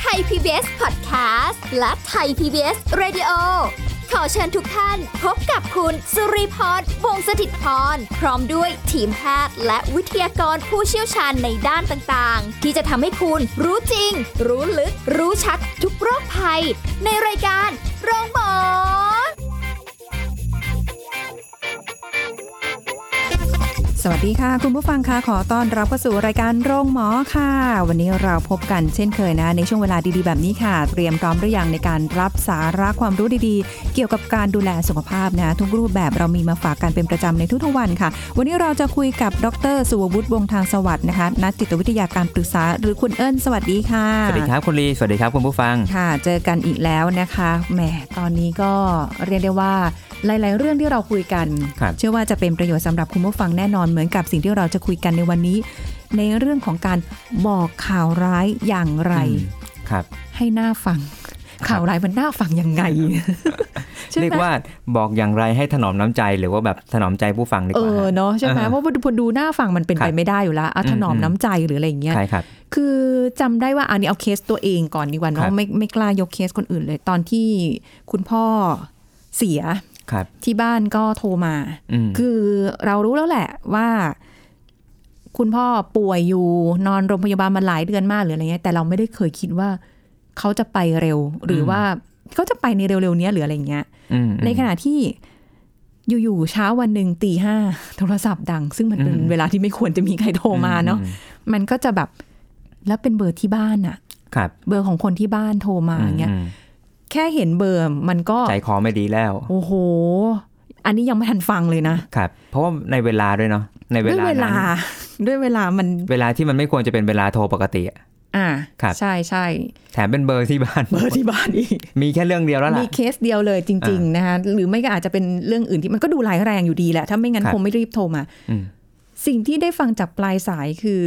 ไทย PBS Podcast และไทย PBS Radio ขอเชิญทุกท่านพบกับคุณสุริพรวงศสถิตพร พร้อมด้วยทีมแพทย์และวิทยากรผู้เชี่ยวชาญในด้านต่างๆ ที่จะทำให้คุณรู้จริง รู้ลึก รู้ชัดทุกโรคภัย ในรายการโรงพยาบาล สวัสดีค่ะ คุณผู้ฟังคะขอต้อนรับเข้าสู่รายการโรงหมอค่ะ วันนี้เราพบกันเช่นเคยนะ ในช่วงเวลาดีๆแบบนี้ค่ะ เตรียมพร้อมหรือยังในการรับสาระความรู้ดีๆ เกี่ยวกับการดูแลสุขภาพนะ ทุกรูปแบบเรามีมาฝากกันเป็นประจำในทุกๆวันค่ะ วันนี้เราจะคุยกับดรสุววุฒิวงศ์ทางสวัสดิ์นะคะนักจิตวิทยาการปรึกษาหรือคุณเอิญสวัสดีค่ะ สวัสดีครับคุณลี สวัสดีครับคุณผู้ฟัง ค่ะ เจอกันอีกแล้วนะคะ แหม ตอนนี้ก็เรียกได้ว่าหลาย ๆ เรื่องที่เราคุยกัน ครับ เชื่อว่าจะเป็นประโยชน์สำหรับคุณผู้ฟังแน่นอนเหมือนกับสิ่งที่เราจะคุยกันในวันนี้ ในเรื่องของการบอกข่าวร้ายอย่างไร อืมครับ ให้หน้าฟัง ข่าวร้ายมันน่าฟังยังไง ใช่ไหม เรียกว่าบอกอย่างไรให้ถนอมน้ำใจหรือว่าแบบถนอมใจผู้ฟังดีก เอ ว่า อ ฮะ เนาะใช่ไหม อ่าฮะ ว่าพอดูหน้าฟังมันเป็น ครั ไป บ ไม่ได้อยู่แล้วเอาถนอม อืม น้ำใจหรืออะไรอย่างเงี้ย ใช่ครับ คือจำได้ว่าอันนี้เอาเคสตัวเองก่อนดีกว่า ค เนาะ รับ ไม่ไม่กล้ายกเคสคนอื่นเลย ตอนที่คุณพ่อเสีย ครับ ที่บ้านก็โทรมา อืม คือเรารู้แล้วแหละว่า คุณพ่อป่วยอยู่นอนโรงพยาบาลมาหลายเดือนมากหรืออะไรเงี้ยแต่เราไม่ได้เคยคิดว่าเขาจะไปเร็ว หรืออ ม ว่าเขาจะไปในเร็วๆเนี้ยหรืออะไรเงี้ย อืม ในขณะที่อยู่ๆเช้าวันหนึ่งตีห้าโทรศัพท์ดัง ซึ่งมันเป็น อืม เวลาที่ไม่ควรจะมีใครโทรมาเนาะ อืม มันก็จะแบบแล้วเป็นเบอร์ที่บ้านอะ ครับ เบอร์ของคนที่บ้านโทรมาเงี้ย อืม แค่เห็นเบอร์มันก็ ใจคอไม่ดีแล้ว โอ้โห อันนี้ยังไม่ทันฟังเลยนะครับ เพราะว่าในเวลาด้วยเนาะ ในเว ด้วย ลา เว นั้ ลา น ด้วยเวลามัน เวลาที่มันไม่ควรจะเป็นเวลาโทรปกติอะ อ่า ครับ ใช่ใช่ แถมเป็นเบอร์ที่บ้าน เบอร์ที่บ้านอีก มีแค่เรื่องเดียวแล้ว มี ล่ะ เคสเดียวเลยจริง ๆ นะคะหรือไม่ก็อาจจะเป็นเรื่องอื่นที่มันก็ดูร้ายแรงอยู่ดีแหละ ถ้าไม่งั้น ครับ คงไม่รีบโทรมา อืม สิ่งที่ได้ฟังจากปลายสายคือ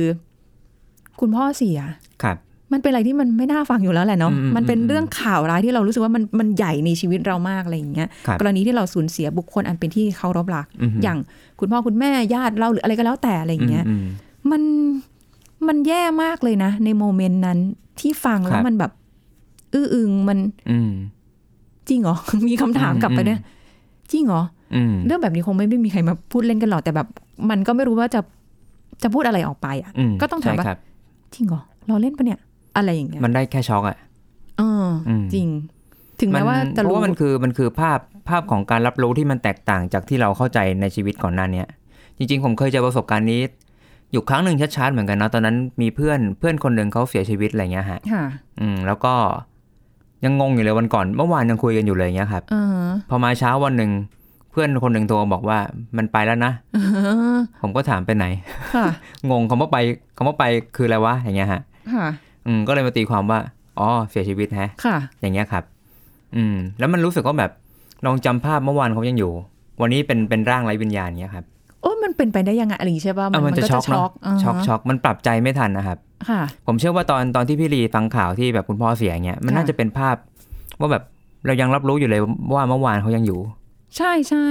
คุณพ่อเสีย ครับ มันเป็นอะไรที่มันไม่น่าฟังอยู่แล้วแหละเนาะ อืมอืม มันเป็น อืม เรื่องข่าวร้ายที่เรารู้สึกว่ามันมันใหญ่ในชีวิตเรามากอะไรอย่างเงี้ย ครับ กรณีที่เราสูญเสียบุคคลอันเป็นที่เคารพรัก อือหือ อ อ ย่างคุณพ่อคุณแม่ญาติเราหรืออะไรก็แล้วแต่อะไรอย่างเงี้ย อืม มันมันแย่มากเลยนะ ในโมเมนต์นั้นที่ฟังแล้ คว รับ มันแบบ อื้ออึงมัน อืม จริงเหรอ มีคำถามกลับไปเนี่ยจริงเหรอ อืม เรื่องแบบนี้คงไม่ได้มีใครมาพูดเล่นกันหรอกแต่แบบ มันก็ไม่รู้ว่าจะจะพูดอะไรออกไปอ่ะ อืม ก็ต้องถาม ใช่ ว่า ครับ จริงเหรอเราเล่นปะเนี่ย อะไรอย่างเงี้ย มันได้แค่ช็อกอ่ะ เอออ ม จริง ถึงแม้ว่าจะ เพ รู้ ราะว่ามันคือมันคือภาพภาพของการรับรู้ที่มันแตกต่างจากที่เราเข้าใจในชีวิตก่อนหน้าเนี้ยจริง ๆ ผมเคยเจอประสบการณ์นี้ อยู่ครั้งหนึ่งชัดๆเหมือนกันเนาะตอนนั้นมีเพื่อนเพื่อนคนหนึ่งเขาเสียชีวิตอะไรเงี้ยฮะ ค่ะ อืมแล้วก็ยังงงอยู่เลยวันก่อนเมื่อวานยังคุยกันอยู่เลยเงี้ยครับ เออ พอมาเช้าวันหนึ่งเพื่อนคนหนึ่งโทรมาบอกว่ามันไปแล้วนะ เออ ผมก็ถามไปไหน ค่ะ งงคำว่าไปคำว่าไปคืออะไรวะอย่างเงี้ยฮะ ค่ะ อืมก็เลยมาตีความว่าอ๋อเสียชีวิตแฮะ ค่ะ อย่างเงี้ยครับ อืม แล้วมันรู้สึกว่าแบบลองจำภาพเมื่อวานเขายังอยู่ วันนี้เป็นเป็นร่างไร้วิญญาณเงี้ยครับ โอ้ยมันเป็นไปได้ยังไงอะไรอย่างงี้ใช่ป่ะ เออ ก็ ช็อกเนาะ าฮะ ช็อกช็อกมันปรับใจไม่ทันนะครับ ค่ะ ผมเชื่อว่าตอนตอนที่พี่ลีฟังข่าวที่แบบคุณพ่อเสียเงี้ย มัน ค่ะ น่าจะเป็นภาพ ว่าแบบเรายังรับรู้อยู่เลยว่าเมื่อวานเขายังอยู่ ใช่ใช่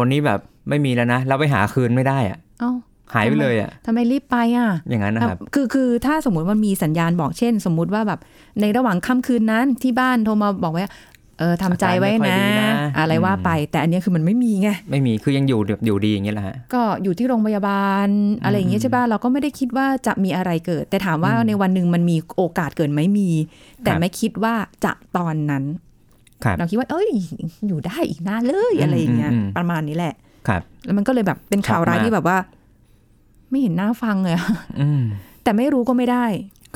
วันนี้แบบไม่มีแล้วนะ เราไปหาคืนไม่ได้อะ เอ้า หายไปเลยอะ ทำไมรีบไปอ่ะ อย่างนั้นนะครับ อ่ะคือคือถ้าสมมุติมันมีสัญญาณบอกเช่น สมมุติว่าแบบในระหว่างค่ำคืนนั้นที่บ้านโทรมาบอกว่าเออทำใจไว้ อาการไม่ นะ ค่อยดีนะ อะไรว่า อืม ไป แต่อันเนี้ยคือมันไม่มีไง ไม่มีคือยังอยู่แบบอยู่ดีอย่างเงี้ยแหละฮะ ก็อยู่ที่โรงพยาบาลอะไรอย่างเงี้ยใช่ป่ะเราก็ไม่ได้คิดว่าจะมีอะไรเกิด แต่ถามว่า อืม ในวันหนึ่งมันมีโอกาสเกิดไหมมี แต่ ครับ ไม่คิดว่าจะตอนนั้น ครับ เราคิดว่า เอ้ย อยู่ได้อีกนานเลย อืม อะไรอย่างเงี้ย อืมอืม ประมาณนี้แหละ ครับ แล้วมันก็เลยแบบเป็นข่าวร้าย ช็อกมาก ที่แบบว่า ไม่เห็นหน้าฟังเลยอะ อืม แต่ไม่รู้ก็ไม่ได้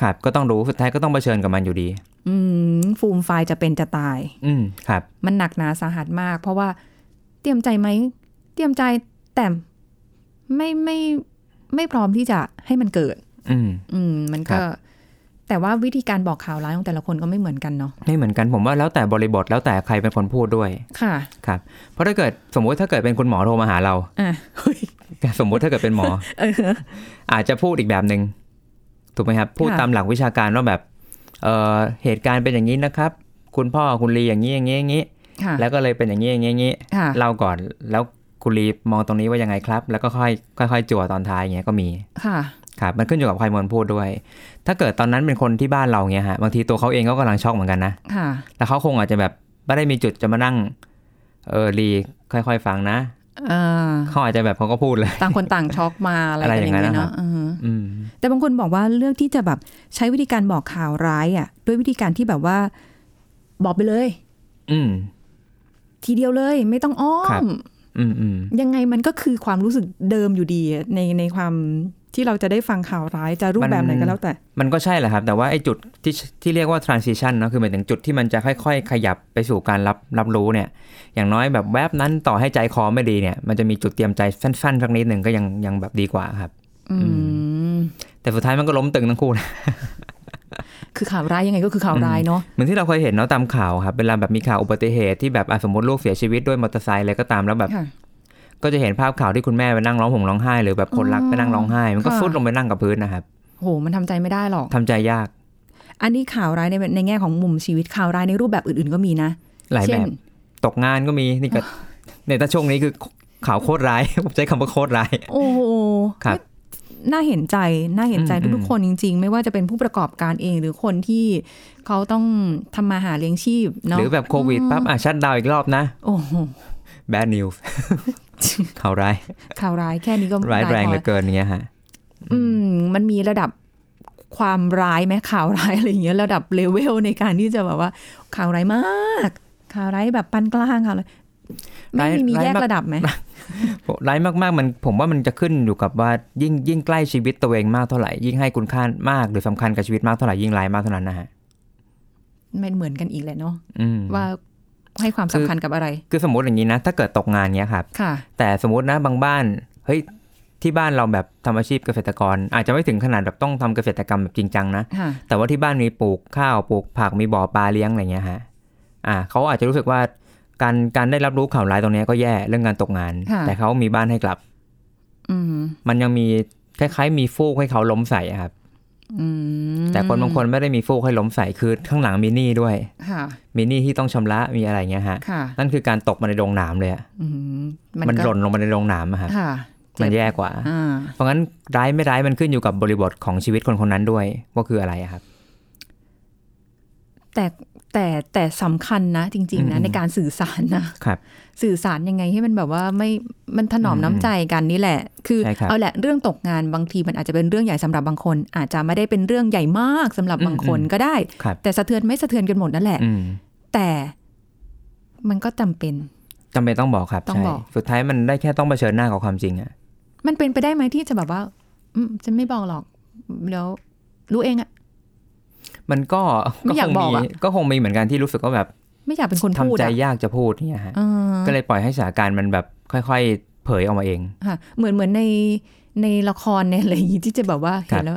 ครับ ก็ต้องรู้สุดท้ายก็ต้องเผชิญกับมันอยู่ดี อืมฟูมไฟล์จะเป็นจะตาย อืมครับ มันหนักหนาสาหัสมาก เพราะว่าเตรียมใจไหมเตรียมใจแต่ไม่ไม่ไม่พร้อมที่จะให้มันเกิด อืม อืมมัน ครั ก็ บ แต่ว่าวิธีการบอกข่าวร้ายของแต่ละคนก็ไม่เหมือนกันเนาะ ไม่เหมือนกันผมว่าแล้วแต่บริบทแล้วแต่ใครเป็นคนพูดด้วย ค่ะ ครับเพราะถ้าเกิดสมมุติถ้าเกิดเป็นคุณหมอโทรมาหาเรา อ่ะ สมมุติถ้าเกิดเป็นหมอ เออ อาจจะพูดอีกแบบหนึ่งถูกไหมครับ พูด ค่ะ ตามหลักวิชาการว่าแบบเอ่อเหตุการณ์เป็นอย่างนี้นะครับ คุณพ่อคุณลีอย่างนี้อย่างนี้อย่างนี้ ค่ะ แล้วก็เลยเป็นอย่างนี้อย่างนี้อย่างนี้ ค่ะ เล่าก่อนแล้ว คุณลีมองตรงนี้ว่ายังไงครับ แล้วก็ค่อยค่อยๆจั่วตอนท้ายอย่างเงี้ยก็มี ค่ะ ครับมันขึ้นอยู่กับใครมนพูดด้วย ถ้าเกิดตอนนั้นเป็นคนที่บ้านเราเงี้ยฮะบางทีตัวเขาเองก็กำลังช็อกเหมือนกันนะ ค่ะ แล้วเขาคงอาจจะแบบไม่ได้มีจุดจะมานั่ง เออลีค่อยๆฟังนะ เอ่อ เขาอาจจะแบบเขาก็พูดเลย ต่างคนต่างช็อกมาอะไร อะไร กันอย่างเงี้ย อย่างนั้นนะครั เนาะ บ อือฮึ อืม แต่บางคนบอกว่าเลือกที่จะแบบใช้วิธีการบอกข่าวร้ายอ่ะ ด้วยวิธีการที่แบบว่า บอกไปเลย อืม ทีเดียวเลย ไม่ต้องอ้อ ครับ ม อืมอืม ยังไงมันก็คือความรู้สึกเดิมอยู่ดีอะในในความที่เราจะได้ฟังข่าวร้ายจะรูปแบบไหนก็แล้วแต่ มันก็ใช่แหละครับ แต่ว่าไอ้จุดที่ที่เรียกว่า transition เนอะคือหมายถึงจุดที่มันจะค่อย ๆ ขยับไปสู่การรับรับรู้เนี่ย อย่างน้อยแบบแวบนั้นต่อให้ใจคอไม่ดีเนี่ย มันจะมีจุดเตรียมใจสั้นๆสักนิดหนึ่งก็ยังยังแบบดีกว่าครับ อืม แต่สุดท้ายมันก็ล้มตึงทั้งคู่ คือข่าวร้ายยังไงก็คือข่าวร้ายเนาะ เหมือนที่เราเคยเห็นเนาะตามข่าวครับเวลาแบบมีข่าวอุบัติเหตุที่แบบอ่ะสมมติลูกเสียชีวิตด้วยมอเตอร์ไซค์อะไรก็ตามแล้วแบบ ค่ะ ก็จะเห็นภาพข่าวที่คุณแม่ไปนั่งร้องห่มร้องไห้หรือแบบคนรัก อ๋อ ไปนั่งร้องไห้ มันก็ ค่ะ ฟุดลงไปนั่งกับพื้นนะครับ โห มันทำใจไม่ได้หรอก ทำใจยาก อันนี้ข่าวร้ายในในแง่ของมุมชีวิตข่าวร้ายในรูปแบบอื่นๆก็มีนะ หลายแบ เช่น บตกงานก็มีนี่ ก็ในยถ้าช่วงนี้คือข่าวโคตรร้าย ผมใช้คำว่าโคตรร้าย โอ้โห ครับ น่าเห็นใจน่าเห็นใจ อืม ทุก อืม ๆคนจริง ๆ ไม่ว่าจะเป็นผู้ประกอบการเองหรือคนที่เขาต้องทำมาหาเลี้ยงชีพ ห เนาะ รือแบบโควิดปั๊บอ่ะชัดดาวน์อีกรอบนะ โอ้โห bad news ข่าวร้ าย ข่าวร้ายแค่นี้ก็ ร้ายแรง พอ เหลือเกินอย่างเงี้ยฮะ อืม มันมีระดับความร้ายไหมข่าวร้ายอะไรอย่างเงี้ยระดับเลเวลในการที่จะแบบว่า ข่าวร้ายมาก ข่าวร้ายแบบปานกลางข่าวร้ายไม่มีมี ร้าย แยก มาก ระดับไหม ร้ายมากๆมันผมว่ามันจะขึ้นอยู่กับว่ายิ่งยิ่งใกล้ชีวิตตัวเองมากเท่าไหร่ยิ่งให้คุณค่ามากหรือสำคัญกับชีวิตมากเท่าไหร่ยิ่งร้ายมากเท่านั้นนะฮะ มันเหมือนกันอีกแหละเนาะ อืม ว่าให้ความ คื สำ อ คัญกับอะไร คือสมมติอย่างนี้นะ ถ้าเกิดตกงานเนี้ยครับ ค่ะ แต่สมมตินะบางบ้านเฮ้ยที่บ้านเราแบบทำอาชีพเกษตรกร อาจจะไม่ถึงขนาดแบบต้องทำเกษตรกรรมแบบจริงจังนะ ค่ะ แต่ว่าที่บ้านมีปลูกข้าวปลูกผักมีบ่อปลาเลี้ยงอะไรเงี้ยฮะอ่าเขาอาจจะรู้สึกว่าการการได้รับรู้ข่าวร้ายตรงเนี้ยก็แย่เรื่องการตกงาน ค่ะ แต่เขามีบ้านให้กลับ อืม มันยังมีคล้ายๆ มีฟูกให้เขาล้มใส่อะครับ อืม แต่คนบางคนไม่ได้มีฟูกให้ล้มใส่คือข้างหลังมีหนี้ด้วย ค่ะ มีหนี้ที่ต้องชำระมีอะไรเงี้ยฮะ ค่ะ นั่นคือการตกมาในโรงหนามเลยอะ อืม มัน ก็ หล่นลงมาในโรงหนามอะครับ ค่ะ มัน เจ็บ แย่กว่า อ่า เพราะงั้นร้ายไม่ร้ายมันขึ้นอยู่กับบริบทของชีวิตคนคนนั้นด้วย ว่าคืออะไรอะครับ แต่แต่แต่สำคัญนะ จริง ๆ นะ อืม ในการสื่อสารนะครับ สื่อสารยังไงให้มันแบบว่าไม่มันถนอม อืม น้ำใจกันนี่แหละ คือ ใช่ครับ เอาแหละเรื่องตกงานบางทีมันอาจจะเป็นเรื่องใหญ่สำหรับบางคน อาจจะไม่ได้เป็นเรื่องใหญ่มากสำหรับบางคน อืม ก็ได้ ครับ แต่สะเทือนไม่สะเทือนกันหมดนั่นแหละ อืม แต่มันก็จำเป็น จำเป็นต้องบอกครับ ต้อง ใช่ บอก สุดท้ายมันได้แค่ต้องเผชิญหน้ากับความจริงอะ มันเป็นไปได้ไหมที่จะแบบว่าอืมฉันไม่บอกหรอกแล้วรู้เองอะ มันก็ ไม่ ก็ อยา ค ก ง บอกมีอะ ก็คงมีเหมือนกันที่รู้สึกว่าแบบ ไม่อยากเป็นคน ทำ พูด ใจ อะ ยากจะพูดเนี่ยฮะ เออ ก็เลยปล่อยให้สถานการณ์มันแบบค่อย ๆ เผยออกมาเอง ค่ะ เหมือนเหมือนในในละครในอะไรอย่างงี้ที่จะแบบว่า ครั เห็ บ นแล้ว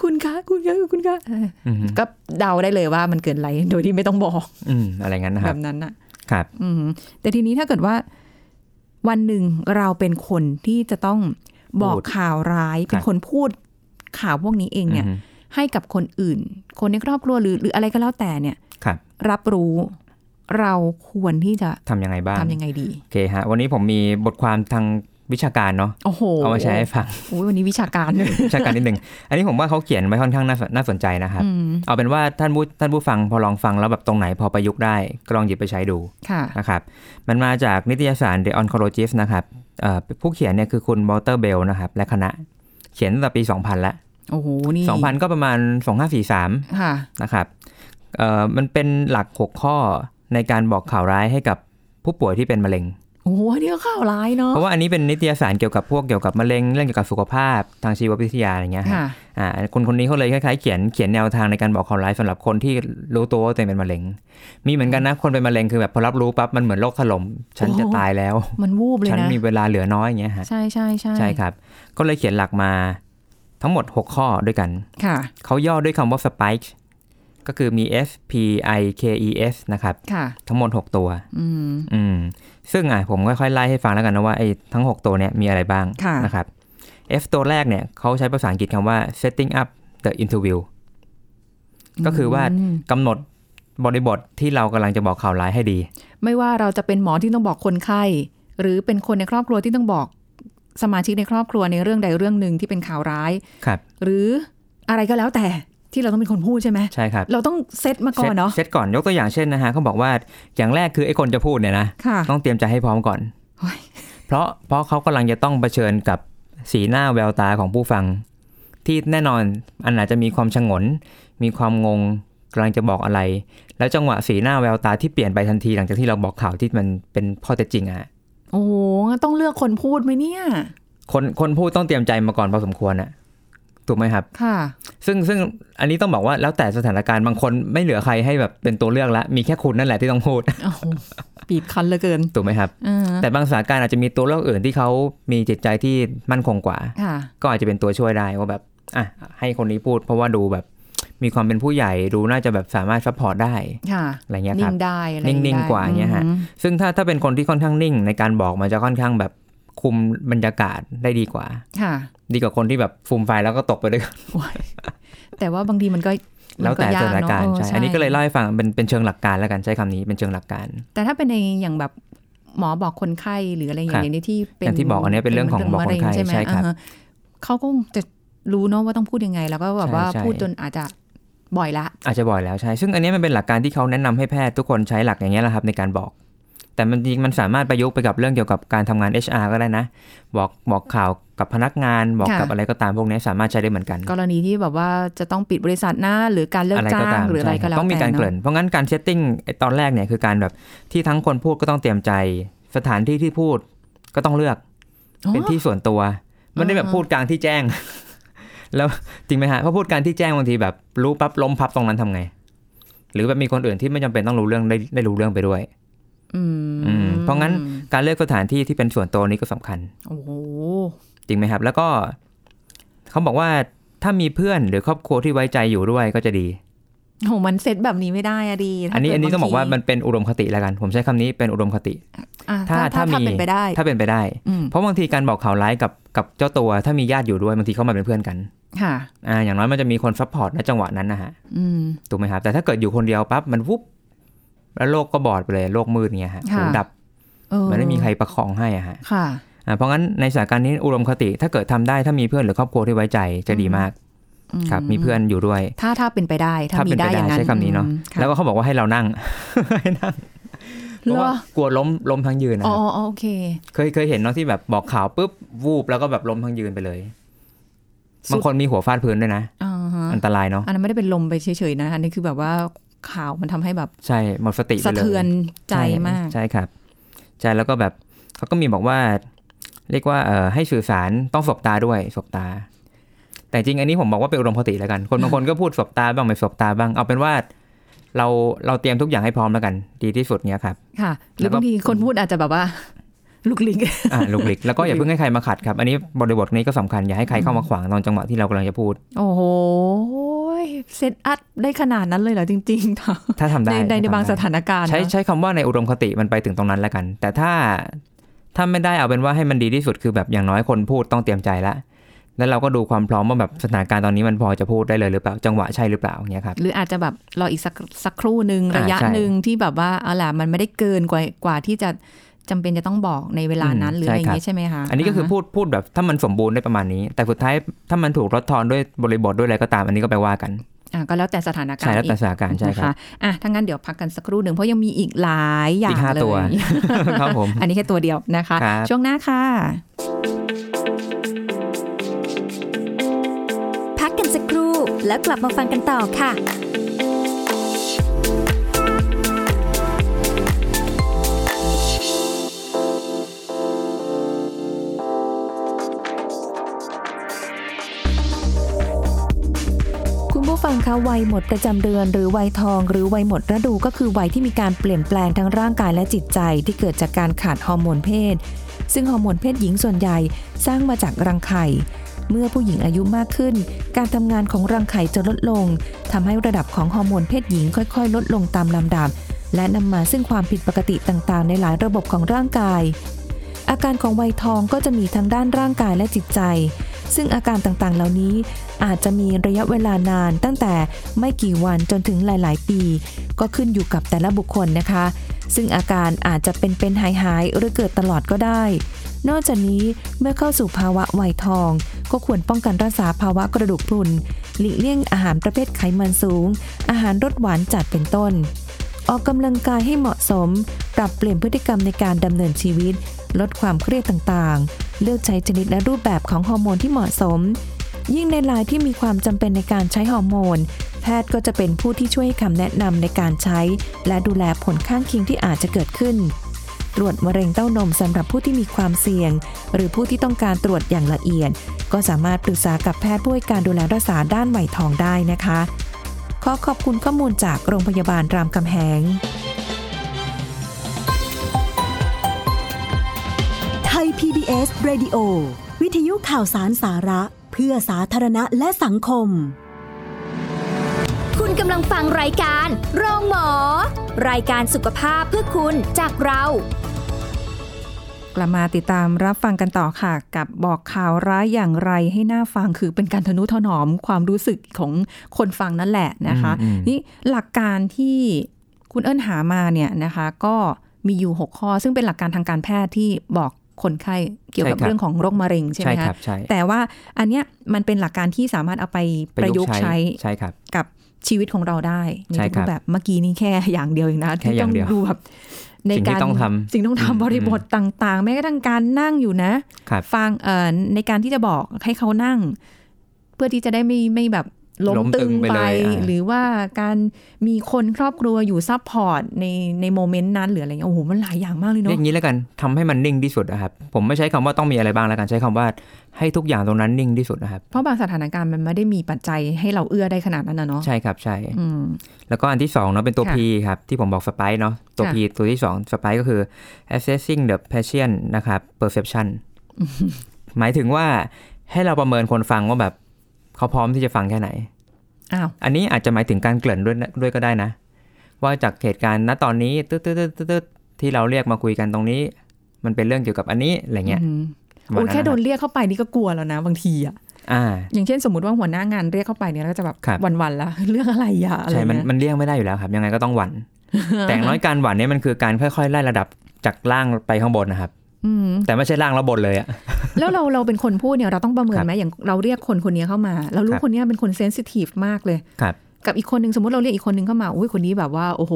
คุณคะคุณคะคุณคะเออ อืม ก็เดาได้เลยว่ามันเกิดอะไร โดยที่ไม่ต้องบอก อืมอะไรงั้นนะค แบ รับบ นั้นอะ ครับ อืมแต่ทีนี้ถ้าเกิดว่า วันหนึ่งเราเป็นคนที่จะต้องบอก พูด ข่าวร้าย เป็น ครับ คนพูดข่าวพวกนี้เองเนี่ย อืม ให้กับคนอื่น คนในครอบครัวหรือหรืออะไรก็แล้วแต่เนี่ย ครับ รับรู้เราควรที่จะ ทำยังไงบ้าง ทำยังไงดี โอเคฮะวันนี้ผมมีบทความทางวิชาการเนาะ โอ้โห เอามาใช้ให้ฟัง โอ้ยวันนี้วิชาการเลย วิชาการนิดหนึ่งอันนี้ผมว่าเขาเขียนไว้ค่อนข้างน่าสนน่าสนใจนะครับ อืม เอาเป็นว่าท่านผู้ท่านผู้ฟังพอลองฟังแล้วแบบตรงไหนพอประยุกต์ได้ก็ลองหยิบไปใช้ดู ค่ะ นะครับมันมาจากนิตยสาร The Oncologist นะครับเอ่อผู้เขียนเนี่ยคือคุณวอลเตอร์เบลนะครับและคณะเขียนตั้งแต่ปี 2000ละ โอ้โห นี่ 2000 ก็ประมาณ 2543 ค่ะ นะครับเอ่อมันเป็นหลัก 6 ข้อในการบอกข่าวร้ายให้กับผู้ป่วยที่เป็นมะเร็ง โอ้โหอันนี่ก็ข่าวร้ายเนาะ เพราะว่าอันนี้เป็นนิตยสารเกี่ยวกับพวกเกี่ยวกับมะเร็งเรื่องเกี่ยวกับสุขภาพทางชีววิทยาอะไรเงี้ยฮะ ค่ะ อ่าคนคนนี้เขาเลยคล้ายๆเขียนเขียนแนวทางในการบอกข่าวร้ายสำหรับคนที่รู้ตัวว่าตัวเองเป็นมะเร็ง มีเหมือนกันนะคนเป็นมะเร็งคือแบบพอรับรู้ปั๊บมันเหมือนโรคถล่มฉันจะ โอ้โห ตายแล้ว มันวูบเลย ฉัน นะ มีเวลาเหลือน้อยอย่างเงี้ยฮะ ใช่ใช่ใช่ ใช่ครับ ก็เลยเขียนหลักมาทั้งหมด 6 ข้อด้วยกัน ค่ะ เขาย่อด้วยคำว่า spike ก็คือมี S P I K E S นะครับ ค่ะ ทั้งหมด 6 ตัว อืม อืม ซึ่งอ่ะผมค่อยๆไล่ให้ฟังแล้วกันนะว่าไอ้ทั้ง 6 ตัวเนี่ยมีอะไรบ้าง ค่ะ นะครับ F ตัวแรกเนี่ยเขาใช้ภาษาอังกฤษคำว่า setting up the interview ก็คือว่าม กำหนดบริบทที่เรากำลังจะบอกข่าวร้ายให้ดี ไม่ว่าเราจะเป็นหมอที่ต้องบอกคนไข้ หรือเป็นคนในครอบครัวที่ต้องบอกสมาชิกในครอบครัวในเรื่องใดเรื่องหนึ่งที่เป็นข่าวร้าย ครับ หรืออะไรก็แล้วแต่ที่เราต้องเป็นคนพูดใช่ไหม ใช่ครับ เราต้องเซตมาก่อนเนาะ เซตก่อนยกตัวอย่างเช่นนะฮะเขาบอกว่าอย่างแรกคือไอ้คนจะพูดเนี่ยนะ ค่ะ ต้องเตรียมใจให้พร้อมก่อน โอ้ย เพราะเพราะเขากำลังจะต้องเผชิญกับสีหน้าแววตาของผู้ฟัง ที่แน่นอนอันอาจจะมีความชงน มีความงงกำลังจะบอกอะไร แล้วจังหวะสีหน้าแววตาที่เปลี่ยนไปทันทีหลังจากที่เราบอกข่าวที่มันเป็นข้อเท็จจริงอะฮะ โอ้โหงั้นต้องเลือกคนพูดไหมเนี่ย คนคนพูดต้องเตรียมใจมาก่อนพอสมควรอะถูกไหมครับ ค่ะ ซึ่งซึ่งอันนี้ต้องบอกว่าแล้วแต่สถานการณ์บางคนไม่เหลือใครให้แบบเป็นตัวเลือกละมีแค่คุณนั่นแหละที่ต้องพูด โอ้โหบีบคั้นเหลือเกิน ถูกไหมครับ อ่า แต่บางสถานการณ์อาจจะมีตัวเลือกอื่นที่เขามีจิตใจที่มั่นคงกว่า ค่ะ ก็อาจจะเป็นตัวช่วยได้ว่าแบบอ่ะให้คนนี้พูดเพราะว่าดูแบบ มีความเป็นผู้ใหญ่ดูน่าจะแบบสามารถซัพพอร์ตได้ ค่ะ อะไรเงี้ยค นิ่ รับ งได้อะไร นิ่งๆ ได้ กว่าอย่างเงี้ยฮะ อืม ซึ่งถ้าถ้าเป็นคนที่ค่อนข้างนิ่งในการบอกมันจะค่อนข้างแบบคุมบรรยากาศได้ดีกว่า ค่ะ ดีกว่าคนที่แบบฟูมไฟายแล้วก็ตกไปด้วยกัน โอ้ยแต่ว่าบางทีมันก็ แล้วแต่ มัน สถาน ยเะ การณ์ เ ใช่อันนี้ก็เลยเล่าให้ฟังเป็นเป็นเชิงหลักการแล้วกันใช้คำนี้เป็นเชิงหลักการ แต่ถ้าเป็นในอย่างแบบหมอบอกคนไข้หรืออะไรอย่าง ครับ เงี้ยที่เป็ อย่างที่บอกอันเนี้ยเป็นเรื่องของบอกคนไข้ มะเร็งใช่ไหม ใช่ครับ อ่าฮะเขาก็จะรู้เนาะว่าต้องพูดยังไง แล้วก็แบบ ใช่ ว่า ใช่ พูดจนอาจจะบ่อยละ อาจจะบ่อยแล้วใช่ ซึ่งอันนี้มันเป็นหลักการที่เขาแนะนำให้แพทย์ทุกคนใช้หลักอย่างเงี้ยแหละครับในการบอก แต่มันจริงมันสามารถประยุกต์ไปกับเรื่องเกี่ยวกับการทำงาน HR ก็ได้นะ บอกบอกข่าวกับพนักงาน บอก ค่ะ กับอะไรก็ตามพวกเนี้ยสามารถใช้ได้เหมือนกัน กรณีที่แบบว่าจะต้องปิดบริษัทนะหรือการเลิก อะไร จ้า ก็ตาง ม หรืออะไร ใช่ค ก็ บ แล้วแต่ ต้องมีการเกริ่น เพราะงั้นการเซตติ้งตอนแรกเนี่ยคือการแบบที่ทั้งคนพูดก็ต้องเตรียมใจ สถานที่ที่พูดก็ต้องเลือก อ๋อ เป็นที่ส่วนตัวไม่ได้แบบ อ่า พูดกลางที่แจ้ง แล้วจริงไหมฮะเพราะพูดกลางที่แจ้งบางทีแบบรู้ปั๊บล้มพับตรงนั้นทำไง หรือแบบมีคนอื่นที่ไม่จำเป็นต้องรู้เรื่องได้ได้รู้เรื่องไปด้วย อื อืมเพราะงั้น การเลือกสถานที่ที่เป็นส่วนตัวนี้ก็สำคัญ โอ้โห จริงไหมครับ แล้วก็เขาบอกว่าถ้ามีเพื่อนหรือครอบครัวที่ไว้ใจอยู่ด้วยก็จะดี โหมันเซตแบบนี้ไม่ได้อะดีถ้า อันนี้ เ อันนี้ต้องบอกว่ามันเป็นอุดมคติแล้วกัน ผมใช้คำนี้เป็นอุดมคติ อ่ะ ถ้า ถ้าถ้า ถ้ามี ถ้าเป็นไปได้ ถ้าเป็นไปได้ อืม เพราะบางทีการบอกข่าวร้ายกับกับเจ้าตัว ถ้ามีญาติอยู่ด้วยบางทีเข้ามาเป็นเพื่อนกัน ค่ะ อ่าอย่างน้อยมันจะมีคนซัพพอร์ตในจังหวะนั้นนะฮะ อืม ถูกไหมครับ แต่ถ้าเกิดอยู่คนเดียวปั๊บมันวุบแล้วโลกก็บอดไปเลยโลกมืดเงี้ยฮะ ค่ะ หูดับ เออ มันไม่มีใครประคองให้อะฮะ ค่ะ อ่าเพราะงั้นในสถานการณ์นี้อุดมคติถ้าเกิดทำได้ถ้ามีเพื่อนหรือครอบครัวที่ไว้ใจจะดีมาก อื ครับ มีเพื่อนอยู่ด้วย ถ้าถ้าเป็นไปได้ ถ้า ถ้า มี เป็น ได้ ไป อ ได้ ย่างนั้น ใช้คำนี้เนาะ อืมค่ แล้วก็เขาบอกว่าให้เรานั่ง ให้นั่งเพ เหร ราะว่า อก ลัวล้มล้มทั้งยืนนะ อ๋ออ๋อโอเค เคยเคยเห็นเนาะที่แบบบอกข่าวปุ๊บวูบแล้วก็แบบล้มทั้งยืนไปเลย สุด บางคนมีหัวฟาดพื้นด้วยนะ อ่าฮะ อันตรายเนาะ อันนั้นไม่ได้เป็นลมไปเฉยๆนะอันนี้คือแบบว่าข่าวมันทำให้แบบ ใช่หมดสติไป สะ เลย เทือนใจมาก ใช่ครับใช่แล้วก็แบบเขาก็มีบอกว่า เรียกว่าเอ่อให้สื่อสารต้องสบตาด้วยสบตา แต่จริงอันนี้ผมบอกว่าเป็นอุดมคติแล้วกัน คนบางคนก็พูดสบตาบ้างไม่สบตาบ้างเอาเป็นว่า เราเราเตรียมทุกอย่างให้พร้อมแล้วกัน ดีที่สุดเนี้ยครับ ค่ะ หรื แล้ อ วก็ บางทีคนพูดอาจจะแบบว่า ลูกลิง อ่าลูกหลิกแล้วก็อย่าเพิ่งให้ใครมาขัดครับ อันนี้บริบทนี้ก็สำคัญอย่าให้ใครเข้ามาขวางตอนจังหวะที่เรากำลังจะพูด โอ้โหเซตอัพได้ขนาดนั้นเลยเหรอจริงๆ ค่ะ ถ้าทำ ใน ได้ ในในบางส ถ้ทำได้ ถานการณ์ ใช้ นะ ใช้คำว่าในอุดมคติมันไปถึงตรงนั้นแล้วกัน แต่ถ้าถ้าไม่ได้เอาเป็นว่าให้มันดีที่สุดคือแบบอย่างน้อยคนพูดต้องเตรียมใจละแล้วเราก็ดูความพร้อมว่าแบบสถานการณ์ตอนนี้มันพอจะพูดได้เลยหรือเปล่าจังหวะใช่หรือเปล่าเนี้ยครับ หรืออาจจะแบบรออีกสักสักครู่หนึ่ง อ่า ระยะ ใช่ หนึ่งที่แบบว่าเอาล่ะมันไม่ได้เกินกว่ากว่าที่จะจำเป็นจะต้องบอกในเวลานั้น อืม หรืออะไร ใช่ อ ค ย่างรับเงี้ยใช่ไหมคะ อันนี้ก็คือพูดพูดแบบถ้ามันสมบูรณ์ได้ประมาณนี้ แต่สุดท้ายถ้ามันถูกลดทอนด้วยบริบทด้วยอะไรก็ตาม อันนี้ก็ไปว่ากัน อ่าก็แล้วแต่สถานการ ใช่ ณ์ แล้ว อี แต่ ก สถานการณ์ใช่ นะครับ คะอ่ะถ้างั้นเดี๋ยวพักกันสักครู่หนึ่งเพราะยังมีอีกหลายอย่า อี ง กห้า เลย ตัว ครับผม อันนี้แค่ตัวเดียวนะคะ ครับ ช่วงหน้าค่ะ พักกันสักครู่แล้วกลับมาฟังกันต่อค่ะ คุณผู้ฟังคะวัยหมดประจำเดือน หรือวัยทอง หรือวัยหมดฤดูก็คือวัยที่มีการเปลี่ยนแปลงทั้งร่างกายและจิตใจที่เกิดจากการขาดฮอร์โมนเพศ ซึ่งฮอร์โมนเพศหญิงส่วนใหญ่สร้างมาจากรังไข่เมื่อผู้หญิงอายุมากขึ้น การทำงานของรังไข่จะลดลงทำให้ระดับของฮอร์โมนเพศหญิงค่อย ๆ ลดลงตามลำดับ และนำมาซึ่งความผิดปกติต่างๆ ในหลายระบบของร่างกาย อาการของวัยทองก็จะมีทั้งด้านร่างกายและจิตใจ ซึ่งอาการต่างๆ เหล่านี้อาจจะมีระยะเวลานานตั้งแต่ไม่กี่วันจนถึงหลาย ๆ ปี ก็ขึ้นอยู่กับแต่ละบุคคลนะคะ ซึ่งอาการอาจจะเป็นเป็นหายหายๆหรือเกิดตลอดก็ได้ นอกจากนี้เมื่อเข้าสู่ภาวะวัยทอง ก็ควรป้องกันรักษาภาวะกระดูกพรุน หลีกเลี่ยงอาหารประเภทไขมันสูง อาหารรสหวานจัดเป็นต้น ออกกำลังกายให้เหมาะสม ปรับเปลี่ยนพฤติกรรมในการดำเนินชีวิต ลดความเครียดต่างๆ เลือกใช้ชนิดและรูปแบบของฮอร์โมนที่เหมาะสม ยิ่งในรายที่มีความจำเป็นในการใช้ฮอร์โมน แพทย์ก็จะเป็นผู้ที่ช่วยให้คำแนะนำในการใช้ และดูแลผลข้างเคียงที่อาจจะเกิดขึ้น ตรวจมะเร็งเต้านมสำหรับผู้ที่มีความเสี่ยง หรือผู้ที่ต้องการตรวจอย่างละเอียด ก็สามารถปรึกษากับแพทย์ผู้ให้การดูแลรักษาด้านไหวทองได้นะคะ ขอขอบคุณข้อมูลจากโรงพยาบาลรามคำแหง ไทย PBS Radio วิทยุข่าวสารสาระ เพื่อสาธารณะและสังคม คุณกำลังฟังรายการโรงหมอ รายการสุขภาพเพื่อคุณจากเรา กลับมาติดตามรับฟังกันต่อค่ะ กับบอกข่าวร้ายอย่างไรให้หน้าฟังคือเป็นการทนุถนอมความรู้สึกของคนฟังนั่นแหละนะคะ อืมอืม นี่หลักการที่คุณเอิญหามาเนี่ยนะคะ ก็มีอยู่ 6 ข้อ ซึ่งเป็นหลักการทางการแพทย์ที่บอกคนไข้เกี่ยวกับ ใช่ครับ เรื่องของโรคมะเร็งใช่ไห ใช่ ม ค คะ รับใช่ แต่ว่าอันเนี้ยมันเป็นหลักการที่สามารถเอาไปประยุกต์ใช้ ใช่ครับ กับชีวิตของเราได้ใน ใช่ ทุกรูครับ ปแบบเมื่อกี้นี้แค่อย่างเดียวเองนะ แค่อย่างเดียว ดูแบบใน สิ่งที่ การ ต้องทำ สิ่งต้อง อืม ทำบริบทต่างๆ แม้กระทั่งการนั่งอยู่นะ ครับ ฟังเอ่อในการที่จะบอกให้เขานั่ง เพื่อที่จะได้ไม่ไม่แบบล้ม ล้มตึ ตึ ง ง ไป ไป เลยอ่า หรือว่าการมีคนครอบครัวอยู่ซัพพอร์ตในในโมเมนต์นั้นหรืออะไรเงี้ยโอ้โหมันหลายอย่างมากเลย เรี เนาะ ยกงี้แล้วกันทำให้มันนิ่งที่สุดนะครับ ผมไม่ใช้คำว่าต้องมีอะไรบ้างแล้วกันใช้คำว่าให้ทุกอย่างตรงนั้นนิ่งที่สุดนะครับ เพราะบางสถานการณ์มันไม่ได้มีปัจจัยให้เราเอื้อได้ขนาดนั้นนะเนาะ ใช่ครับใช่ อืม แล้วก็อันที่สองเนาะเป็นตัว ค่ะ P ครับที่ผมบอกสไปเนาะตัว ค่ะ P ตัวที่สองสไปก็คือ assessing the patient นะครับ perception หมายถึงว่าให้เราประเมินคนฟังว่าแบบเขาพร้อมที่จะฟังแค่ไหน อ้าว อันนี้อาจจะหมายถึงการเกริ่นด้วยนะด้วยก็ได้นะ ว่าจากเหตุการณ์ณตอนนี้ตึ๊ดตึ๊ดตึ๊ดตึ๊ดตึ๊ดที่เราเรียกมาคุยกันตรงนี้ มันเป็นเรื่องเกี่ยวกับอันนี้อะไรเงี้ย อืม ประ โอ้ มาย ณ แค่โด ะ น รับ เรียกเข้าไปนี่ก็กลัวแล้วนะบางทีอะ อ่า อย่างเช่นสมมติว่าหัวหน้างานเรียกเข้าไปเนี่ยเราก็จะแบบ ครับ วันๆละ เรื่องอะไรอย่าอะไร ใช่มัน เงี้ย มันเลี่ยงไม่ได้อยู่แล้วครับ ยังไงก็ต้องหวั่น แต่อย่างน้อยการหวั่นเนี่ยมันคือการค่อยๆไล่ระดับจากล่างไปข้างบนนะครับ อืม แต่ไม่ใช่ล่างแล้วบนเลยอะ แล้วเราเราเป็นคนพูดเนี่ยเราต้องประเมินไหมอย่างเราเรียกคนคนนี้เข้ามา เรารู้ ครับ คนเนี้ยเป็นคนเซนซิทีฟมากเลย ครับ กับอีกคนหนึ่งสมมติเราเรียกอีกคนหนึ่งเข้ามาอุ้ยคนนี้แบบว่า โอ้โห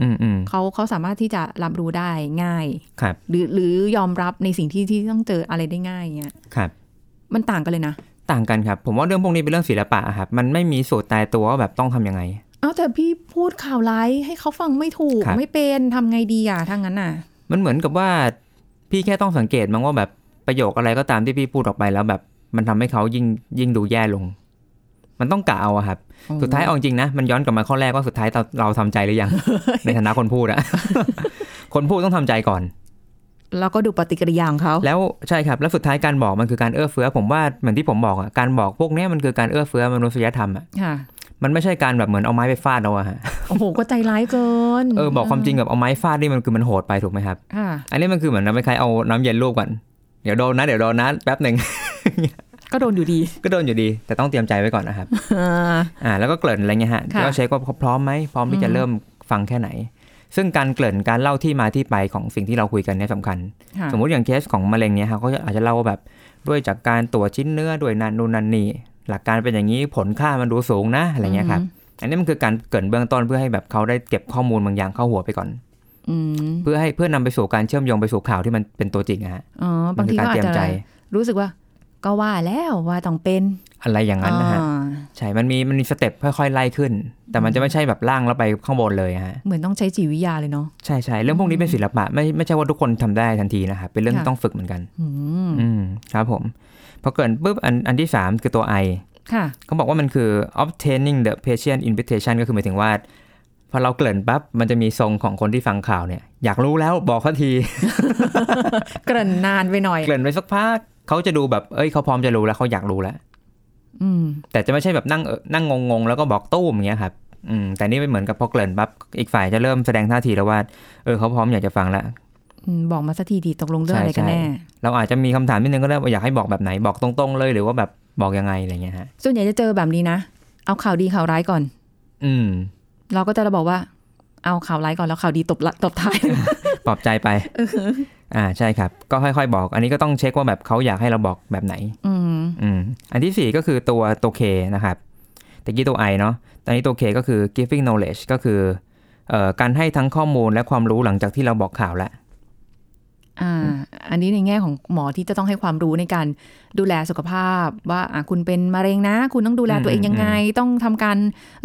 อืมอืม เขาเขาสามารถที่จะรับรู้ได้ง่าย ครับ หรือหรือยอมรับในสิ่งที่ที่ต้องเจออะไรได้ง่ายเงี้ย ครับ มันต่างกันเลยนะ ต่างกันครับ ผมว่าเรื่องพวกนี้เป็นเรื่องศิลปะอะครับ มันไม่มีสูตรตายตัวว่าแบบต้องทำยังไง เอาแต่พี่พูดข่าวร้ายให้เขาฟังไม่ถูก ครับ ไม่เป็นทำไงดีอ่ะถ้างั้นน่ะ มันเหมือนกับว่า พี่แค่ต้องสังเกตมั้งว่าแบบประโยคอะไรก็ตามที่พี่พูดออกไปแล้วแบบ มันทำให้เขายิ่งยิ่งดูแย่ลง มันต้องกะเอาอะครับ สุดท้ายเอาจริงนะ มันย้อนกลับมาข้อแรกว่าสุดท้ายเราเราทำใจห รือยัง ในฐานะคนพูดอะ คนพูดต้องทำใจก่อน แล้วก็ดูปฏิกิริยาของเขา แล้วใช่ครับแล้วสุดท้ายการบอกมันคือการเอื้อเฟื้อ ผมว่าเหมือนที่ผมบอกอะการบอกพวกเนี้ยมันคือการเอื้อเฟื้อมนุษยธรรมอะ ค่ะ มันไม่ใช่การแบบเหมือนเอาไม้ไปฟาดเราอะฮะ โอ้โห ก็ใจร้ายเกิน เออบอกความจริงกับเอาไม้ฟาดนี่มันคือมันโหดไปถูกไหมครับ ค่ะ อันนี้มันคือเหมือนน้ำคล้ายๆเอาน้ำเย็นลวกก่อนเดี๋ยวโดนนะเดี๋ยวโดนนะแป๊บหนึ่ง ก็โดนอยู่ดี ก็โดนอยู่ดี แต่ต้องเตรียมใจไว้ก่อนนะครับ อ่าแล้วก็เกริ่นอะไรเงี้ยฮะ ค่ะ แล้วเช็คว่าเขาพร้อมไหมพร้อมที่จะเริ่มฟังแค่ไหน ซึ่งการเกริ่นการเล่าที่มาที่ไปของสิ่งที่เราคุยกันเนี่ยสำคัญ ะ สมมุติอย่างเคสของมะเร็งเนี่ยครับเขาจะอาจจะเล่าว่าแบบด้วยจากการตรวจชิ้นเนื้อด้วยนันนู่นนันนี่หลักการเป็นอย่างนี้ผลค่ามันดูสูงนะอะไรเงี้ยครับอันนี้มันคือการเกริ่นเบื้องต้นเพื่อให้แบบเขาได้เก็บข้อมูลบางอย่างเข้าหัวไปก่อน อืม เพื่อให้เพื่อนำไปสู่การเชื่อมโยงไปสู่ข่าวที่มันเป็นตัวจริงอะฮะ อ๋อ มั บาง คื ที การ ก็อาจเตรีมใจ จะรู้สึกว่า ก็ว่าแล้วว่าต้องเป็น อะไรอย่างนั้นนะฮะ อ่า ใช่มันมีมันมีสเต็ปค่อยๆไล่ขึ้น แต่มันจะไม่ใช่แบบล่างแล้วไปข้างบนเลยอะฮะ เหมือนต้องใช้จิตวิทยาเลยเนาะ ใช่ใช่เรื่องพวกนี้เป็นศิลปะไม่ไม่ใช่ว่าทุกคนทำได้ทันทีนะครับเป็นเรื่องที่ ค่ะ ต้องฝึกเหมือนกัน อืม อืมครับผมพอเกรินปุ๊บอันอันที่สามคือตัว I ค่ะ เขาบอกว่ามันคือ obtaining the patient invitation ก็คือหมายถึงว่า พอเราเกริ่นปั๊บมันจะมีทรงของคนที่ฟังข่าวเนี่ย อยากรู้แล้วบอกเขาที เกริ่นนานไปหน่อย เกริ่นไปสักพักเขาจะดูแบบเอ้ยเขาพร้อมจะรู้แล้วเขาอยากรู้แล้ว อืม แต่จะไม่ใช่แบบนั่งเอ่อนั่งงงๆ แล้วก็บอกตู้มอย่างเงี้ยครับอืมแต่นี่ไม่เหมือนกับพอเกริ่นปั๊บอีกฝ่ายจะเริ่มแสดงท่าทีแล้วว่าเออเขาพร้อมอยากจะฟังแล้ว อืม บอกมาสักทีดีตกลงเรื่องอะไรกันแน่ ใช่ เราอาจจะมีคำถามนิดนึงก็ได้ว่าอยากให้บอกแบบไหนบอกตรงๆเลยหรือว่าแบบบอกยังไงอะไรเงี้ยฮะ ส่วนใหญ่จะเจอแบบนี้นะ เอาข่าวดีข่าวร้ายก่อน อืม เราก็จะบอกว่า เอาข่าวร้ายก่อนแล้วข่าวดีตบละตบท้าย ปลอบใจไปอ่าใช่ครับ ก็ค่อยๆบอก อันนี้ก็ต้องเช็คว่าแบบเขาอยากให้เราบอกแบบไหน อืม อืมอันที่ 4 ก็คือตัวตัว K นะครับตะกี้ตัว I เนาะตอนนี้ตัว K ก็คือ giving knowledge ก็คือเอ่อการให้ทั้งข้อมูลและความรู้หลังจากที่เราบอกข่าวแล้ว อ่า อันนี้ในแง่ของหมอที่จะต้องให้ความรู้ในการดูแลสุขภาพ ว่าอ่ะคุณเป็นมะเร็งนะ คุณต้องดูแลตัวเองยังไง ต้องทำการ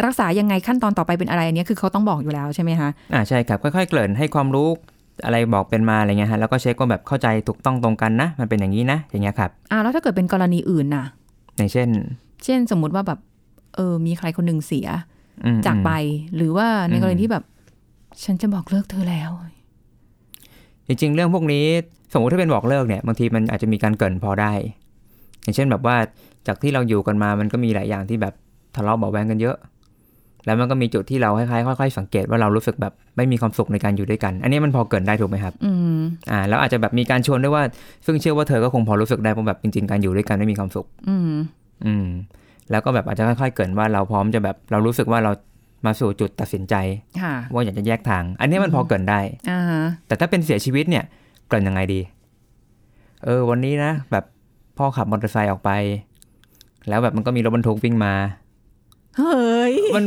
รักษายังไงขั้นตอนต่อไปเป็นอะไรอันเนี้ยคือเขาต้องบอกอยู่แล้วใช่ไหมคะ อ่าใช่ครับ ค่อยๆ เกริ่นให้ความรู้อะไรบอกเป็นมาอะไรเงี้ยฮะแล้วก็เช็คว่าแบบเข้าใจถูกต้องตรงกันนะ มันเป็นอย่างนี้นะ อย่างเงี้ยครับ อ่าแล้วถ้าเกิดเป็นกรณีอื่นน่ะ อย่างเช่น เช่นสมมุติว่าแบบเออมีใครคนหนึ่งเสีย อืม จากไป อืม หรือว่าใน อืม กรณีที่แบบ ฉันจะบอกเลิกเธอแล้ว จริงๆ เรื่องพวกนี้สมมติถ้าเป็นบอกเลิกเนี่ยบางทีมันอาจจะมีการเกรินพอได้ อย่างเช่นแบบว่าจากที่เราอยู่กันมามันก็มีหลายอย่างที่แบบทะเลาะเบาะแวงกันเยอะ แล้วมันก็มีจุดที่เราคล้ายๆค่อยๆสังเกตว่าเรารู้สึกแบบไม่มีความสุขในการอยู่ด้วยกัน อันนี้มันพอเกรินได้ถูกไหมครับ อืม อ่าแล้วอาจจะแบบมีการชวนด้วยว่าซึ่งเชื่อว่าเธอก็คงพอรู้สึกได้ว่าแบบจริงๆการอยู่ด้วยกันไม่มีความสุข อืม อืมแล้วก็แบบอาจจะค่อยๆเกรินว่าเราพร้อมจะแบบเรารู้สึกว่าเรามาสู่จุดตัดสินใจ ค่ะ ว่าอยากจะแยกทาง อันนี้มันพอเกรินได้ อ่าฮะ แต่ถ้าเป็นเสียชีวิตเนี่ยเกริ่นยังไงดี เออ วันนี้นะ แบบพ่อขับมอเตอร์ไซค์ออกไป แล้วแบบมันก็มีรถบรรทุกวิ่งมา เฮ้ย มัน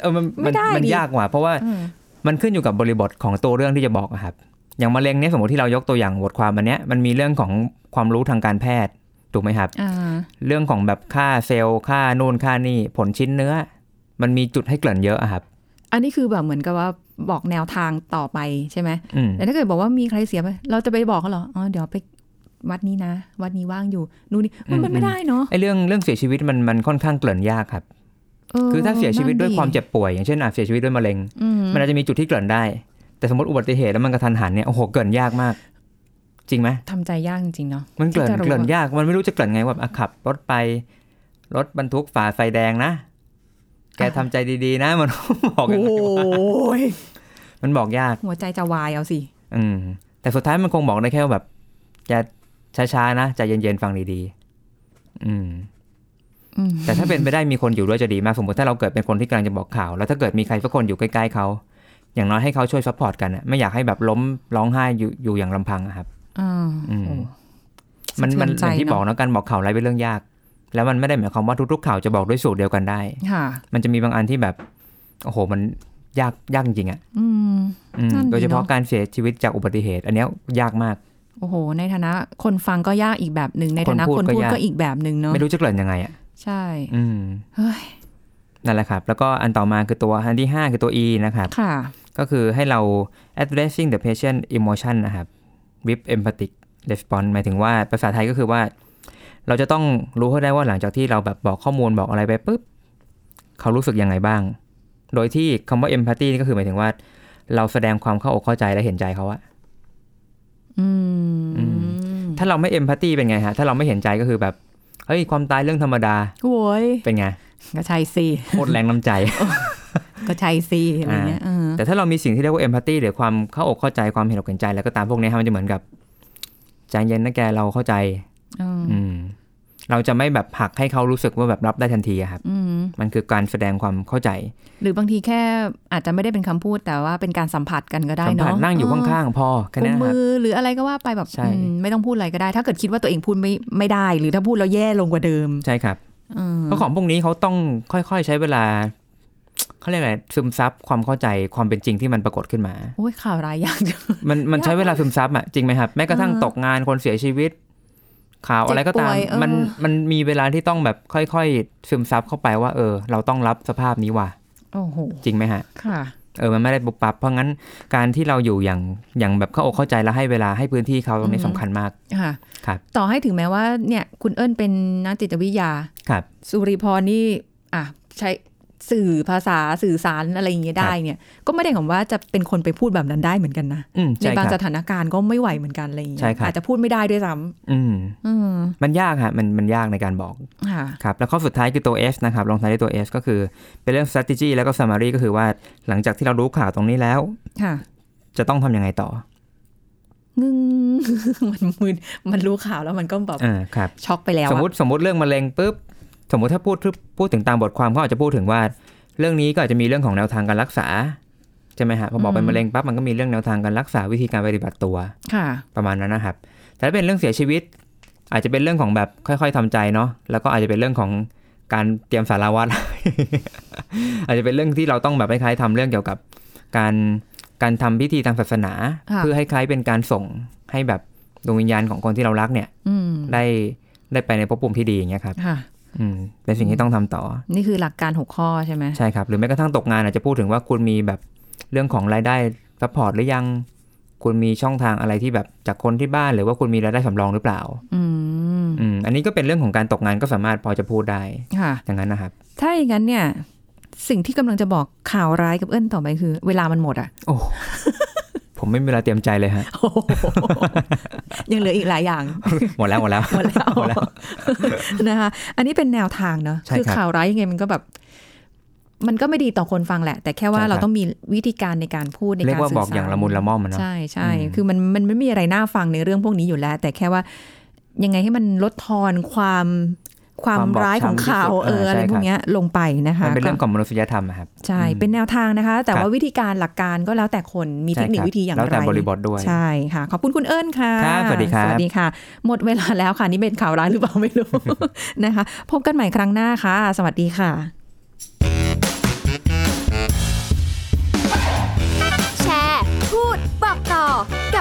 เออมัน ไม่ มัน ได้ มัน ดิ ยากกว่า เพราะว่า อืม มันขึ้นอยู่กับบริบทของตัวเรื่องที่จะบอกอะครับ อย่างมะเร็งเนี่ยสมมติที่เรายกตัวอย่างบทความอันเนี้ยมันมีเรื่องของความรู้ทางการแพทย์ถูกไหมครับ อ่า เรื่องของแบบค่าเซลล์ค่านู่นค่านี่ผลชิ้นเนื้อ มันมีจุดให้เกริ่นเยอะอะครับ อันนี้คือแบบเหมือนกับว่าบอกแนวทางต่อไปใช่ไหม อืม แต่ถ้าเกิดบอกว่ามีใครเสียไปเราจะไปบอกเขาเหรออ๋อเดี๋ยวไปวัดนี้นะ วัดนี้ว่างอยู่นู่นนี่ อืม มันไม่ได้เนาะ ไอเรื่องเรื่องเสียชีวิตมันมันค่อนข้างเกริ่นยากครับ คือถ้าเสียชีวิตด้วยความเจ็บป่วยอย่างเช่นอาจเสียชีวิตด้วยมะเร็ง อืม มันอาจจะมีจุดที่เกริ่นได้ แต่สมมติอุบัติเหตุแล้วมันกระทันหันเนี่ยโอ้โหเกริ่นยากมาก จริงไหม ทำใจยากจริงๆเนาะ มันเกริ่น ที่จะรู้อะ เกริ่นยากมันไม่รู้จะเกริ่นไงว่าอ่ะขับ รถไป รถบรรทุกฝ่าไฟแดงนะ แกทำใจดีๆนะ มัน บอกกัน โอ้ย มันบอกยาก หัวใจจะวายเอาสิ อืมแต่สุดท้ายมันคงบอกได้แค่ว่าแบบจะช้าๆนะใจเย็นๆฟังดีๆอืม อืม แต่ถ้าเป็นไปได้มีคนอยู่ด้วยจะดีมากสมมติถ้าเราเกิดเป็นคนที่กำลังจะบอกข่าว แล้วถ้าเกิดมีใครสักคนอยู่ใกล้ๆเขา อย่างน้อยให้เขาช่วยซัพพอร์ตกันอะไม่อยากให้แบบล้มร้องไห้อยู่อยู่อย่างลำพังอะครับ อ่า อืม โอ้ มันมัน สะ อ เทืใจย่างที่บอกนะการบอกข่าวอะไรเป็นเรื่องยาก แล้วมันไม่ได้หมายความว่าทุกๆข่าวจะบอกด้วยสูตรเดียวกันได้ ค่ะ มันจะมีบางอันที่แบบโอ้โหมันยากยากจริงๆอะ อืม อืม นั่นดิ โดยเฉพาะ เนอะ การเสียชีวิตจากอุบัติเหตุ อันเนี้ยยากมาก โอ้โห ในฐานะคนฟังก็ยากอีกแบบหนึ่งใน คน ฐานะ พูด คน ก็ พูด ยาก ก็อีกแบบหนึ่งเนาะ ไม่รู้จะเกริ่นยังไงอะ ใช่ อืม เฮ้ย นั่นแหละครับ แล้วก็อันต่อมาคือตัวอันที่ห้าคือตัว E นะครับ ค่ะ ก็คือให้เรา addressing the patient emotion นะครับ with empathic response หมายถึงว่าภาษาไทยก็คือว่า เราจะต้องรู้ให้ได้ว่าหลังจากที่เราแบบบอกข้อมูลบอกอะไรไปปุ๊บ เขารู้สึกยังไงบ้าง โดยที่คำว่า empathy นี่ก็คือหมายถึงว่า เราแสดงความเข้าอกเข้าใจและเห็นใจเขาอะ อื อื ม ถ้าเราไม่ empathy เป็นไงฮะ ถ้าเราไม่เห็นใจก็คือแบบ เฮ้ย ความตายเรื่องธรรมดา โว้ย เป็นไง ก็ใช่สิ โคตรแรงน้ำใจ ก็ใช่สิอะไรเงี้ยเออ แต่ถ้าเรามีสิ่งที่เรียกว่า empathy หรือความเข้าอกเข้าใจความเห็นอกเห็นใจแล้วก็ตามพวกนี้ฮะมันจะเหมือนกับใจเย็นนะแกเราเข้าใจ อืม อืมเราจะไม่แบบผลักให้เขารู้สึกว่าแบบรับได้ทันทีอะครับ อืม มันคือการแสดงความเข้าใจ หรือบางทีแค่อาจจะไม่ได้เป็นคำพูดแต่ว่าเป็นการสัมผัสกันก็ได้ สัมผั เนาะ สนั่งอยู่ข้างๆพอแค่ กุ นั้ ม นค มื รับ อหรืออะไรก็ว่าไปแบบ ใช่ อืมไม่ต้องพูดอะไรก็ได้ ถ้าเกิดคิดว่าตัวเองพูดไม่ไม่ได้ หรือถ้าพูดแล้วแย่ลงกว่าเดิม ใช่ครับ เออ เพราะของพวกนี้เขาต้องค่อยๆใช้เวลาเขาเรียกอะไรซึมซับความเข้าใจความเป็นจริงที่มันปรากฏขึ้นมา โอ้ยข่าวร้ายยากจัง มันมันใช้เวลาซึมซับอะจริงไหมครับแม้กระทั่ง เออ ตกงานคนเสียชีวิต ข่าวอะไรก็ตาม เจ็บป่วยเออ มันมันมีเวลาที่ต้องแบบค่อยๆซึมซับเข้าไปว่าเออ เราต้องรับสภาพนี้ว่ะ โอ้โห จริงไหมฮะ ค่ะ เออ มันไม่ได้ปุบปับ เพราะงั้นการที่เราอยู่อย่างอย่างแบบเข้าอกเข้าใจแล้วให้เวลาให้พื้นที่เขาตรงนี้ อือฮึ สำคัญมาก ค่ะ ครับ ต่อให้ถึงแม้ว่าเนี่ยคุณเอิญเป็นนักจิตวิทยา ครับ สุริพรนี่อ่ะใช้สื่อภาษาสื่อสารอะไรอย่างเงี้ยได้เนี่ย ก็ไม่ได้หมายความว่าจะเป็นคนไปพูดแบบนั้นได้เหมือนกันนะ อืม ใน ใช่ บาง ค ส รับ ถานการณ์ก็ไม่ไหวเหมือนกันอะไรอย่างเงี้ ใช่ ย ครับ อาจจะพูดไม่ได้ด้วยซ้ อืม ำอืม มันยากฮะมันมันยากในการบอก ค่ะ ครับ แล้วข้อสุดท้ายคือตัว S นะครับลงท้ายด้วยตัว S ก็คือ เป็นเรื่อง strategy แล้วก็ summary ก็คือว่าหลังจากที่เรารู้ข่าวตรงนี้แล้ว ค่ะ จะต้องทำยังไงต่อง ึ้ง มันมึนมันรู้ข่าวแล้วมันก็แบบ อ่าครับ ช็อกไปแล้ว สม อะ มติสมมติเรื่องมะเร็งปุ๊บสมมติถ้าพูดพูดถึงตามบทความเขาอาจจะพูดถึงว่า เรื่องนี้ก็อาจจะมีเรื่องของแนวทางการรักษา ใช่ไหมฮะพอบอก อืม เป็นมะเร็งปั๊บมันก็มีเรื่องแนวทางการรักษาวิธีการปฏิบัติตัว ค่ะ ประมาณนั้นนะครับ แต่ถ้าเป็นเรื่องเสียชีวิต อาจจะเป็นเรื่องของแบบค่อย ๆทำใจเนาะ แล้วก็อาจจะเป็นเรื่องของการเตรียมสารวัตร อาจจะเป็นเรื่องที่เราต้องแบบคล้ายๆทำเรื่องเกี่ยวกับการการทำพิธีทางศาสนา ค่ะ เพื่อให้คล้ายเป็นการส่งให้แบบดวงวิญญาณของคนที่เรารักเนี่ย อืม ได้ได้ไปในภพภูมิที่ดีอย่างเงี้ยครับ ค่ะ อืม เป็นสิ่งที่ต้องทำต่อ นี่คือหลักการหกข้อใช่ไหม ใช่ครับ หรือแม้กระทั่งตกงานอาจจะพูดถึงว่าคุณมีแบบเรื่องของรายได้ซัพพอร์ตหรือยัง คุณมีช่องทางอะไรที่แบบจากคนที่บ้านหรือว่าคุณมีรายได้สำรองหรือเปล่า อืม อืมอันนี้ก็เป็นเรื่องของการตกงานก็สามารถพอจะพูดได้ ค่ะ อย่างนั้นนะครับ ถ้าอย่างนั้นเนี่ย สิ่งที่กำลังจะบอกข่าวร้ายกับเอิญต่อไปคือ เวลามันหมดอ่ะ โอ้ ผมไม่มีเวลาเตรียมใจเลย ฮะ โอ้โหยังเหลืออีกหลายอย่าง หมดแล้วหมดแล้ว หมดแล้ว หมดแล้ว นะคะอันนี้เป็นแนวทางเนอะ ใช่ครับ คือข่าวร้ายยังไงมันก็แบบ มันก็ไม่ดีต่อคนฟังแหละ แต่แค่ว่า ใช่ครับ เราต้องมีวิธีการในการพูดใน เรีย การ กว่า สื่อสาร บอกอย่างละมุนละม่อมอะเนาะ ใช่ใช่ อืม คือมันมันไม่มีอะไรน่าฟังในเรื่องพวกนี้อยู่แล้ว แต่แค่ว่ายังไงให้มันลดทอนความความร้ายของข่าวเอออะไรพวกเนี้ยลงไปนะคะ มันเป็นเรื่อง ก็ ของมนุษยธรรมอะครับ ใช่ อืม เป็นแนวทางนะคะ แต่ ครับ ว่าวิธีการหลักการก็แล้วแต่คนมี ใช่ เทคนิค ครับ วิธีอย่างไร แล้วแต่บริบทด้วย ใช่ค่ะ ขอบคุณคุณเอิญค่ะ ครับสวัสดีครับ สวัสดีค่ะ หมดเวลาแล้วค่ะ นี่เป็นข่าวร้ายหรือเปล่าไม่รู้ นะคะ พบกันใหม่ครั้งหน้าค่ะ สวัสดีค่ะ แชร์ พูด บอกต่อกั